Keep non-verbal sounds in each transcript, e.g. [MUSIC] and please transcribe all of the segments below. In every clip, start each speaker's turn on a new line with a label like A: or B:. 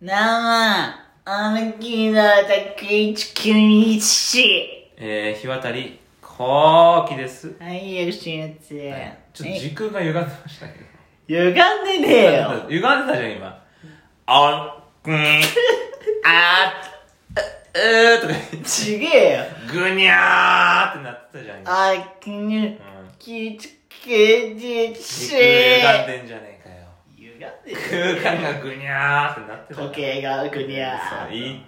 A: 生、アルキーの宅1921。
B: えー、日渡り、こーきです。
A: はい、よしやつ。
B: ちょっと時空が歪んでましたけど。
A: 歪んでねえよ。
B: 歪んでたじゃん、今。あん、ぐん、あー、う、うーとか言って、
A: ちげえよ。
B: ぐにゃーってなってたじゃん、今。
A: あきに、
B: うん。
A: きちけじ
B: 時
A: し。
B: 空が歪んでんじゃねえかよ。
A: 歪んでね
B: 空間がぐにゃーってなってた。
A: 時計がぐにゃ
B: そう
A: ー。
B: いい。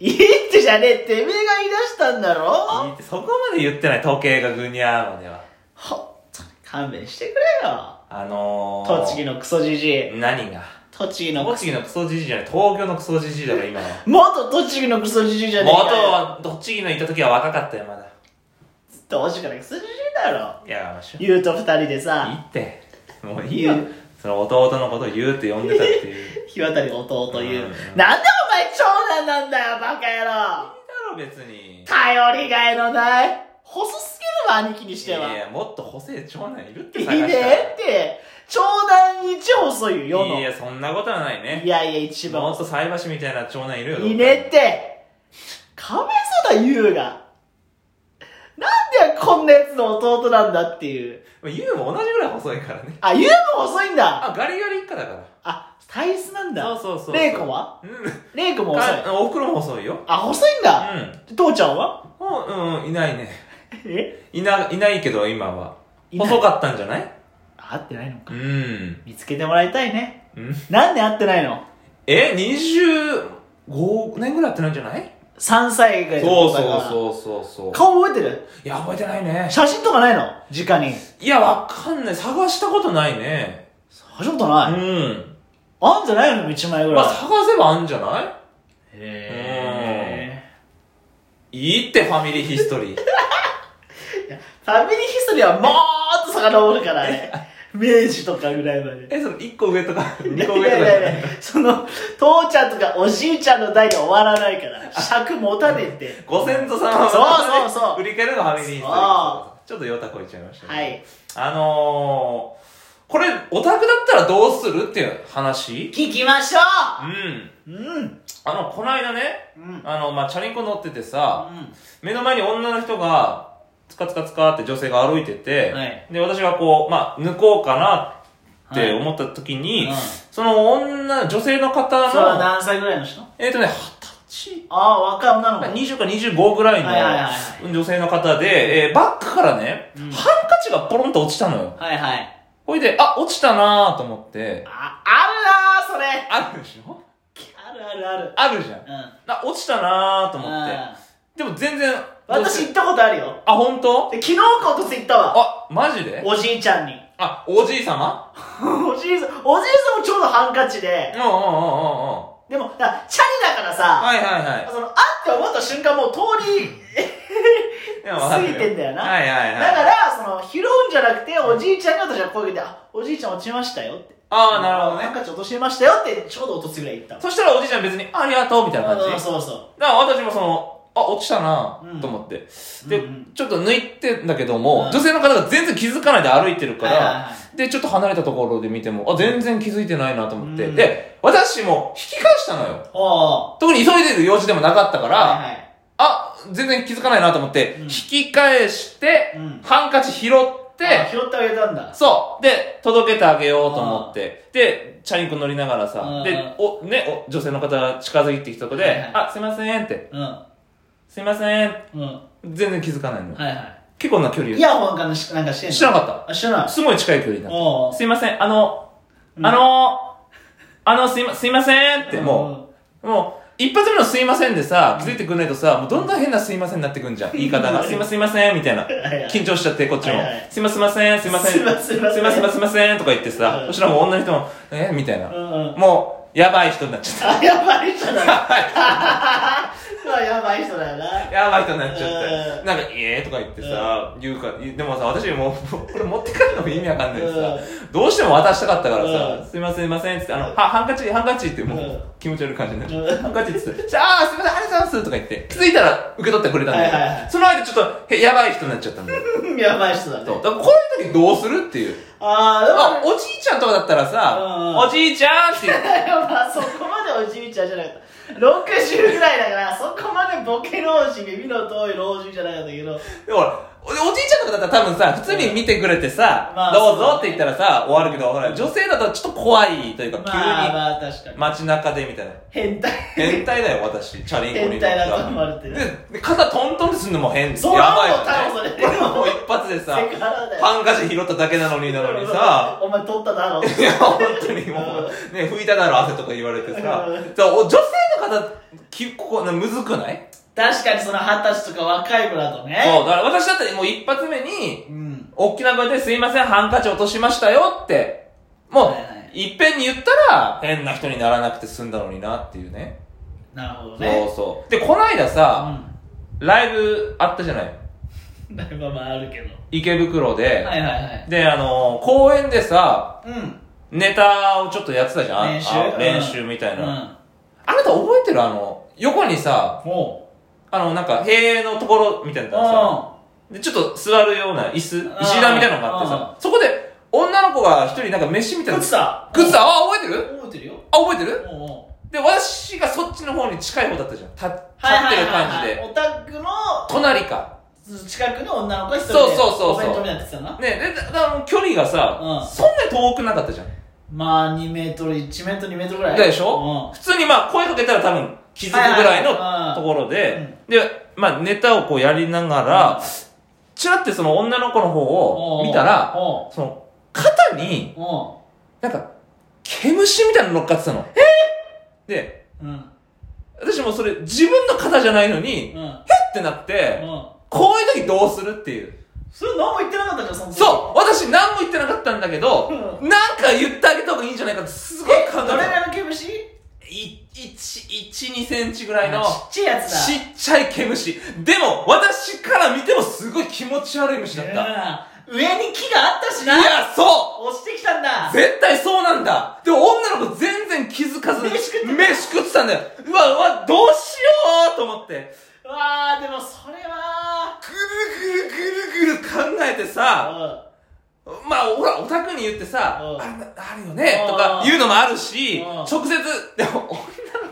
A: いいってじゃねえ、てめえが言い出したんだ
B: い
A: ろ
B: いってそこまで言ってない、時計がぐにゃーまでは。
A: ほんとに勘弁してくれよ。
B: あのー、
A: 栃木のクソじじい。
B: 何が
A: 栃木のクソ
B: 栃木のクソじじいじゃない、東京のクソじじいだから今の。
A: 元栃木のクソじじいじゃねえ
B: 元
A: かよ。
B: は、栃木のいた時は若かったよ、まだ。
A: どうしようかな、クソじじいだろ。
B: いや、ましょ。い
A: 言うと二人で
B: い
A: さ、
B: って。もういいよ。その弟のことを言うって呼んでたっていう。いい
A: 日渡り弟というな
B: うん。
A: んでお前長男なんだよ、バカ野郎
B: だろ、別に。
A: 頼りがいのない。細すぎるわ、兄貴にし
B: い
A: ては。
B: やいや、もっと補正長男いるって
A: いい
B: 探
A: ね
B: したら
A: って、長男一細いよ、世の。
B: い
A: い
B: や、そんなことはないね。
A: やいや、一
B: も
A: 番
B: っ。と菜箸みたいな長男いるよ。
A: いいねって、かめそうだ、優が。なんでこんなやつの弟なんだっていう。
B: まあユウも同じぐらい細いからね。
A: あ、優も細いんだ
B: あ、ガリガリ一家だから。
A: あ、体質なんだ。
B: そうそうそう。
A: 玲子は
B: うん。
A: レイクも遅い。
B: お袋も細いよ。
A: あ、細いん
B: う
A: だ。
B: ん。
A: 父ちゃんは
B: おうん、いないね。
A: え
B: いな、いないけど、今は。
A: いない
B: 細かったんじゃない
A: 会ってないの
B: う
A: か。
B: ん。
A: 見つけてもらいたいね。
B: うん
A: なんで会ってないの
B: え、25年ぐらいやってないんじゃない
A: ?3 歳ぐらい
B: そう
A: だから
B: そうそうそうそう。
A: 顔覚えてる
B: いや、覚えてないね。
A: 写真とかないの直に。
B: いや、わかんない。探したことないね。
A: 初めて
B: う
A: ない。
B: ん。
A: あんじゃないの道前ぐ
B: ま
A: らい
B: あ、。探せばあんじゃな
A: へ
B: いいいって、ファミリーヒストリー。
A: ー。ファミリーヒストリーはもーっと遡るから
B: [LAUGHS]
A: ね。明治とかぐらいまで。
B: [LAUGHS] え、その、1個上とか、
A: い
B: 2
A: や
B: 個
A: い
B: 上とかじゃな
A: やい
B: い
A: やその、父ちゃんとかおじいちゃんの代で終わらないから、尺持たねえって。
B: ご先祖様
A: そうそうそう
B: 振り返るのファミリーヒストリー
A: そ。
B: ちょっとヨタこいちゃいましたけど
A: はい。
B: あのー、これ、オタクだったらどうするっていう話
A: 聞きましょ
B: うん。
A: ううん。
B: あの、こないだね、
A: うん。
B: あの、まあ、チャリンコ乗っててさ、
A: う
B: 目の前に女の人が、つかつかつかって女性が歩いてて、
A: はい
B: で、私がこう、まあ、抜こうかなって
A: はい
B: 思った時に、
A: うん
B: その女、女性の
A: ん。それは
B: 方の、
A: 何歳ぐらいの人
B: えっ、とね、二十歳
A: ああ、若い女の
B: まあ
A: 子。
B: 20か25ぐらい
A: はいはいはいは
B: の女性の方で、えーバックからね、
A: うん
B: ハンカチがポロンと落ちたのよ。
A: はいはい。
B: ほいで、あ、落ちたなーと思って、
A: あ、あるなー、それ。
B: あるでしょ
A: あるあるある。
B: あるじゃん。
A: うん。
B: あ、落ちたなーと思って。
A: あ
B: でも全然、
A: ー私行ったことあるよ。
B: あ、本当？
A: で昨日かおとつ行ったわ。
B: あ、マジで
A: おじいちゃんに。 [LAUGHS]
B: あ、おじい様
A: おじいさん、おじいさんもちょうどハンカチ
B: うん
A: で。
B: うんうんうんうん。
A: でも、だチャリだからさ、
B: はいはいはい。
A: その、あって思った瞬間もう通り、
B: いやわかる
A: ついてんだよな
B: はいはい
A: だ
B: はい。
A: から、その、拾うんじゃなくて、おじいちゃんに私は声かけて、あ、おじいちゃん落ちましたよって。
B: ああ、なるほど
A: ハン
B: ね。
A: カチ落としてましたよって、ちょうどおとつぐらい行ったわ。
B: そしたらおじいちゃん別に、ありがとうみたいな感じ。
A: うんそうそう。
B: だから私もその、あ、落ちたな
A: うん
B: と思って。で
A: うんうん、
B: ちょっと抜いてんだけども
A: う、ん
B: 女性の方が全然気づかないで歩いてるか
A: はいはい
B: ら
A: は、
B: で、ちょっと離れたところで見ても、あ、全然気づいてないなと思って。
A: うん
B: で、私も引き返したのよ。
A: おー。
B: 特に急いでる用事でもなかったから、
A: はいはい
B: あ、全然気づかないなと思って、
A: うん
B: 引き返して、
A: うん
B: ハンカチ拾って、
A: あ拾ってあげたんだ。
B: そう。で、届けてあげようと思って。で、チャリンコ乗りながら
A: う
B: さ、
A: ん
B: で、お、ね、お女性の方が近づいてきたとこで、
A: はいはい
B: あ、すいませんって、
A: う
B: すいません。
A: ん。うん。は
B: 全然気づかない
A: い
B: の。
A: は
B: 結構な距離
A: い。イ。ヤホンかなんかしてんの
B: 知らなかっ
A: あ、知らな
B: た。
A: い。
B: すごい近い距離だっ
A: お
B: た。
A: ー。
B: すいません、あの、
A: うん
B: あの、あの、すいま、すいませんって、もう、もう、一発目のすいませんでさ、気づいてくんないとさ、もうどんどん変なすいませんになってくんじゃん。言い方が。すいません、すいません、みたいな。
A: はいはい
B: 緊張しちゃって、こっちも
A: はいはい。
B: すいません、すいません、すいません。
A: すいませんすいません
B: すいません、すいません、とか言ってさ
A: う、ん
B: そしたらもう女の人も、えみたいな
A: う。ん。うんうん。
B: もう、やばい人になっちゃっ
A: あ、やばい人だな。
B: た。
A: まあ、やばい人だよな。
B: やばい人になっちゃっ
A: う
B: て。なんか、ええとか言ってさ、言うか、でもさ、私もう、これ持って帰るのも意味わかんないでさ、どうしても渡したかったから
A: うん
B: さ、すいません、すいません、つって、あの、はハンカチ、ハンカチっても
A: うん
B: う、気持ち悪い感じになっちゃ
A: う
B: うんハンカチっつって、じゃあ、すいません、ありがとうございますとか言って、気づいたら受け取ってくれたん
A: はいはい
B: だ
A: は
B: よ。その間ちょっと、へやばい人になっちゃったんだよ。
A: うんやばい人だ
B: そう。
A: ね。
B: だからこういう時どうするっていう。
A: あー、でも
B: あ、おじいちゃんとかだったら
A: うんう
B: さ、
A: ん
B: おじいちゃんって言う。
A: いやまあそこまでおじいちゃんじゃゃなかった。60ぐらいだから、そこまでボケ老人、耳の遠い老人じゃなかったけど、
B: でもほらおおじいちゃんとかだったら多分さ、普通に見てくれてさ、
A: まあ
B: どうぞって言ったらさ、終わるけど、ほら、女性だとちょっと怖いというか、
A: まあ
B: 急に
A: まあ確かに。
B: 街中でみたいな。
A: 変態。
B: 変態だよ、私。チャリンコに乗
A: 変
B: って。
A: 態だと思われてる
B: で、で肩トントンってすんのも変。
A: そう
B: やばいよ
A: そう
B: ね。
A: それ
B: もう一発でさ、
A: セクハラだよ
B: ハンカチ拾っただけなのになのにさ、
A: お前取っただろ。
B: いや、本当にもう、ね、拭いただろ、汗とか言われてさ、そうお女性の方、きここ、なむずくない
A: 確かにその二十歳とか若い子だとね。
B: そう、だから私だってもう一発目に、
A: うん。
B: 大きな声で、すいません、ハンカチ落としましたよって、もう、、
A: はいはい
B: っぺんに言ったら、変な人にならなくて済んだのになっていうね。
A: なるほど
B: そ
A: ね。
B: うそう。で、こないださ、ライブあったじゃない
A: うん。だいぶまああるけど。
B: 池袋で、
A: はいはいはい。
B: で、あのー公園でさ、
A: うん。
B: ネタをちょっとやってたじゃん
A: 練習
B: あ
A: うん
B: 練習みたいな。
A: うん。
B: あなた覚えてるあの、横にさ、
A: も
B: あの、なんか、塀のところみたいな
A: う。
B: のがさ、で、ちょっと座るような椅子、石段みたいなのがあってさ、そこで、女の子が一人なんか飯みたいな。
A: 靴だ
B: 靴だあ、覚えてる
A: 覚えてるよ。
B: あ、覚えてる
A: おうおう
B: で、私がそっちの方に近い方だったじゃん。立立ってる感じ
A: はいはいはいは
B: で。
A: いオタクの
B: 隣か。
A: 近くの女の子一人で
B: そうそうそうそう
A: お弁当みたいになってたな
B: ね、で、だだからもう距離がさ、
A: うん
B: そんなに遠くなかったじゃん。
A: まあ2メートル1メートル2メートルぐらい
B: でしょ、普通にまあ声かけたら多分気づくぐらいのところ
A: いはい
B: で、で、まあネタをこうやりながら、ちらってその女の子の方
A: うん、
B: を見たら、
A: おう
B: その肩に
A: お
B: なんか毛虫みたいなの乗っかってたの。えで、
A: ううん
B: 私もそれ自分の肩じゃないのに、
A: うんうん
B: ってなって、こういう時どうするっていう。
A: それ何も言ってなかったじゃんその時
B: そう私何も言ってなかったんだけど、
A: う
B: なんか言ってあげた方がいいんじゃないかってすごい考え
A: どれぐ
B: た。
A: らいの毛虫ちっ
B: い1、1、2センチぐらいの、
A: ちゃいやつだ
B: ちっちゃい毛虫。でも、私から見てもすごい気持ち悪い虫だった。いや、
A: うん上に木があったしな
B: そ
A: 押してきたんだ
B: う絶対そうなんだでも女の子全然気づかず、
A: 飯食ってた
B: 飯食ってたんだようわ、うわ、どうしようと思って、
A: うわーでもそれは
B: ぐるぐるぐるぐる考えてさ、まあ、ほら、オタクに言ってさ、
A: うん
B: あれな、あるよね
A: うん
B: とか言うのもあるし、
A: うん
B: 直接、でも、女の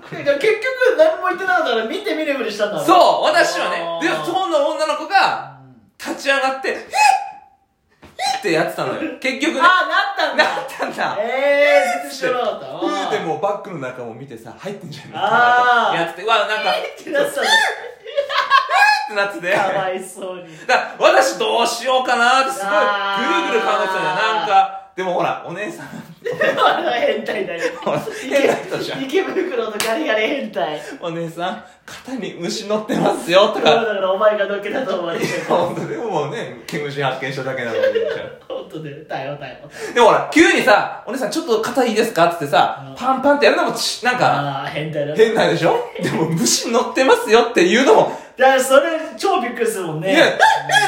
B: 子
A: うんでも結局何も言ってなかったから見て見ぬふりしたんだろ
B: そう私はね、で、そ
A: うん
B: この女の子が、立ち上がって、えっえっってやってたのよ。結局ね、
A: ああなったんだ
B: なったんだ。
A: ええー、全然知らなかった。
B: うんでもうバッグの中も見てさ、入ってんじゃないか
A: あー
B: なやってて、うわ、なんか、っ
A: ってなってたん
B: てなってて。
A: だ。か
B: だ
A: わいそうに。
B: から私どうしようかなってすごい
A: あー
B: ぐるぐる考えてたんだよ。なんか、でもほら、お姉さん、
A: あの変態だよ。
B: ほら、変な人じゃん。
A: 池袋のガリガリ変態。
B: お姉さん、肩に虫乗ってますよと
A: だから
B: か。
A: だからお前がのっけたと思われてる。
B: 本 [LAUGHS] 当でももうね、毛虫発見しただけなのにみたいな。
A: 本当だよ。逮捕逮捕。
B: でもほら、急にさ、お姉さんちょっと肩いいですかってって
A: う
B: さ
A: ん、
B: パンパンってやるのもち、なんか、
A: ああ、変態だ。
B: 変なんでしょでも虫乗ってますよって言うのも、
A: だからそれ超びっくりするもん
B: いや、えっ
A: ね。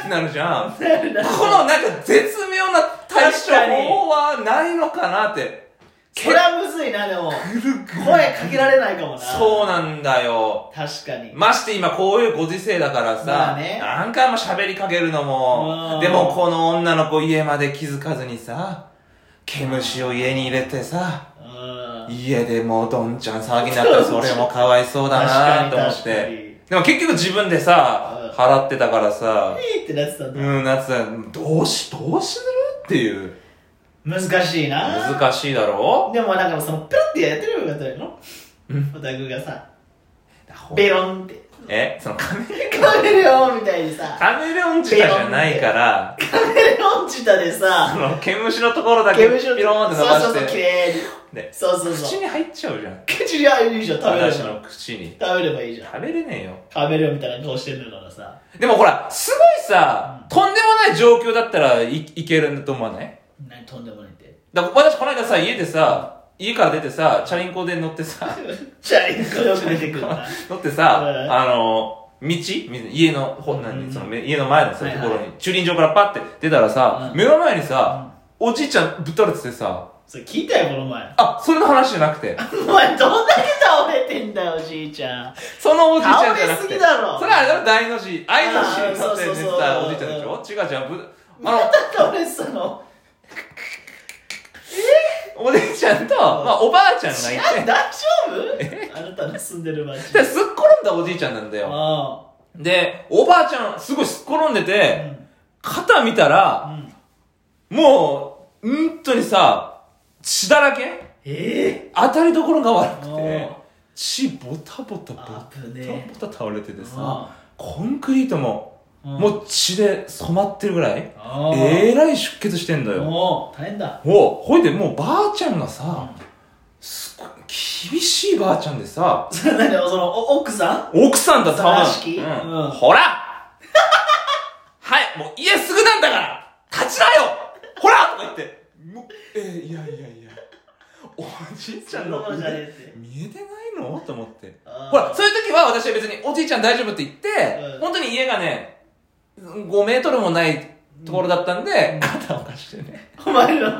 B: ってなるじゃん。こ
A: なるなる
B: のなんか絶妙な対処
A: 確かに
B: 法はないのかなって。
A: そりゃむずいな、でも。
B: ぐるぐる。
A: 声かけられないかもな。
B: そうなんだよ。
A: 確かに。
B: まして今こういうご時世だから
A: ま
B: さ、
A: あね
B: なんかあんま喋りかけるの
A: う
B: も、
A: ん
B: でもこの女の子家まで気づかずにさ、毛虫を家に入れてさ、
A: うん。
B: 家でもうどんちゃん騒ぎになったらそれもかわいそうだなと思っ
A: 確かに確かに
B: て。でも結局自分でさ、
A: う
B: 払ってたからさ、
A: いいってなってたんだ。
B: うん、夏はどうし、どうするっていう。
A: 難しいな。
B: 難しいだろ
A: でもなんかそのペロってやってるよかったらの
B: うん
A: オタクがさベロン
B: [LAUGHS]
A: って
B: え、そのカメレオン、
A: カメレオンみたいにさ
B: カメレオンチタじゃないから、
A: カメレオンチタで
B: そ
A: さ
B: の、毛虫のところだけ
A: 毛
B: ピロ
A: 虫を
B: ーンって伸ば
A: そうそうそう綺
B: して、
A: 麗に
B: で、
A: そうそう
B: 口
A: そう
B: に入っちゃうじゃん。
A: 口にあいいじゃん食べれば
B: 私の口に。
A: 食べればいいじゃん
B: 食べれねえよ。
A: カメレオンみたいな顔してんだからさ
B: でもほら、すごいさ、とんでもない状況だったらいいけると思わない
A: 何とんでもないって
B: だから私この間さ、家でさ、家から出てさ、チャリンコで乗ってさ、
A: [LAUGHS] チャリンコよく出てくるな
B: 乗ってさ、
A: うん
B: あの、道家の本な
A: うんん
B: に、そのめ家の前のそう
A: はいいうは
B: と
A: い
B: ころに、駐輪場からパッて出たらさ、
A: うん
B: 目の前にさ、おじいちゃんぶっ倒れててさ、
A: それ聞いたよこの
B: [LAUGHS]
A: 前
B: あ、それの話じゃなくて、
A: お前どんだけ倒れてんだよおじいちゃん
B: そのおじいちゃんじゃ
A: 倒
B: なく
A: れす
B: て、
A: ぎだろ
B: それはあれだろ、大の字、愛の字になって
A: あーそうそう
B: 寝
A: そう
B: てたおじいちゃんでしょ違う違う、ぶあ
A: ま
B: の、
A: た倒れてたのえ
B: お姉ちゃんと、まあ、おばあちゃんがい
A: 治
B: て、
A: 安
B: だか
A: 大丈夫あなたの住んでる町
B: らすっ転んだおじいちゃんなんだよ。
A: あ
B: で、おばあちゃん、すごいすっ転んで
A: あう
B: て、
A: ん
B: 肩見た
A: う
B: ら、
A: ん
B: もう、本当にさ、血だらけ
A: ええ
B: 当たりどころが悪く
A: うん
B: て、血ボタボタボタ
A: 危ねえ
B: ボタ倒れててさ、
A: あ
B: コンクリートも、もう血で染まってるぐらい、
A: ああ
B: えらい出血してんだよ。
A: もう大変だ [LAUGHS]
B: おほいでもうばあちゃんがさ、すごい厳しいばあちゃんでさ
A: それ何そのお奥さん
B: 奥さんだたま
A: 正しき
B: うん
A: うん
B: ほら [LAUGHS] はいもう家すぐなんだから立ちなよほらとか言ってもうえーいやいやいやおじいちゃんの
A: そんなもんじゃねえって
B: 見えてないのと思って
A: あー
B: ほらそういう時は私は別におじいちゃん大丈夫って言って、
A: うん
B: 本当に家がね5メートルもないところだったんで、
A: うん
B: 肩を貸してね
A: お前の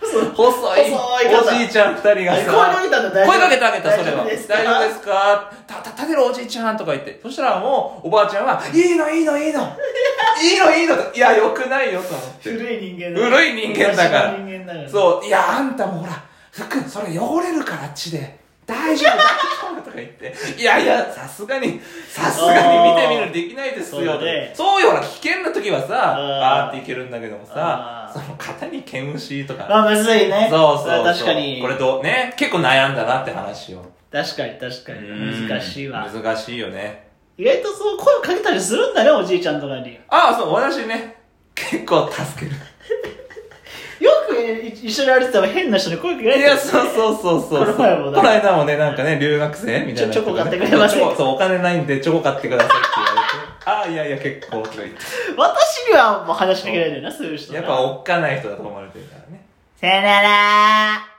A: その
B: 細い
A: 細い方
B: おじいちゃん二人が
A: 声か
B: さ
A: けたんだ大丈夫
B: 声かけてあげたそれは
A: 大丈夫
B: 大
A: ですか
B: 丈夫ですかたた立てるおじいちゃんとか言ってそしたらもうおばあちゃんはいいのいいのいいのいいのいいのといやよくないよと思って
A: 古い人間だ
B: 古い人間だから
A: 昔の人間だから
B: そういやあんたもほら服それ汚れるからあっちで大丈夫大丈夫とか言っていやいやさすがにさすがに見てみるできないですよ
A: そうね
B: そうよほら危険な時はさ
A: あー
B: バーっていけるんだけども
A: あ
B: さ
A: ー
B: その肩に剣牛とか
A: まあむずいね
B: そうそうそう。
A: 確かに
B: これどうね、結構悩んだなって話を。
A: 確かに確かに難しいわ
B: うん難しいよね。
A: 意外とそう声をかけたりするんだねおじいちゃんとかによ
B: ああ、そう、私ね、結構助ける。
A: くい一緒に歩いてても変な人に声かけら
B: い
A: れて
B: や、
A: る
B: そうそうそうそう。
A: この前もね
B: この間もね、なんかね、留学生みたいな人がね、
A: ちょチョコ買ってくれませんか
B: そう、そうお金ないんでチョコ買ってくださいって言われて。ああ、いやいや、結構とか言って。
A: [LAUGHS] 私にはもう話しかけられないなそういう人な
B: やっぱおっかない人だと思われてるからね。
A: さよなら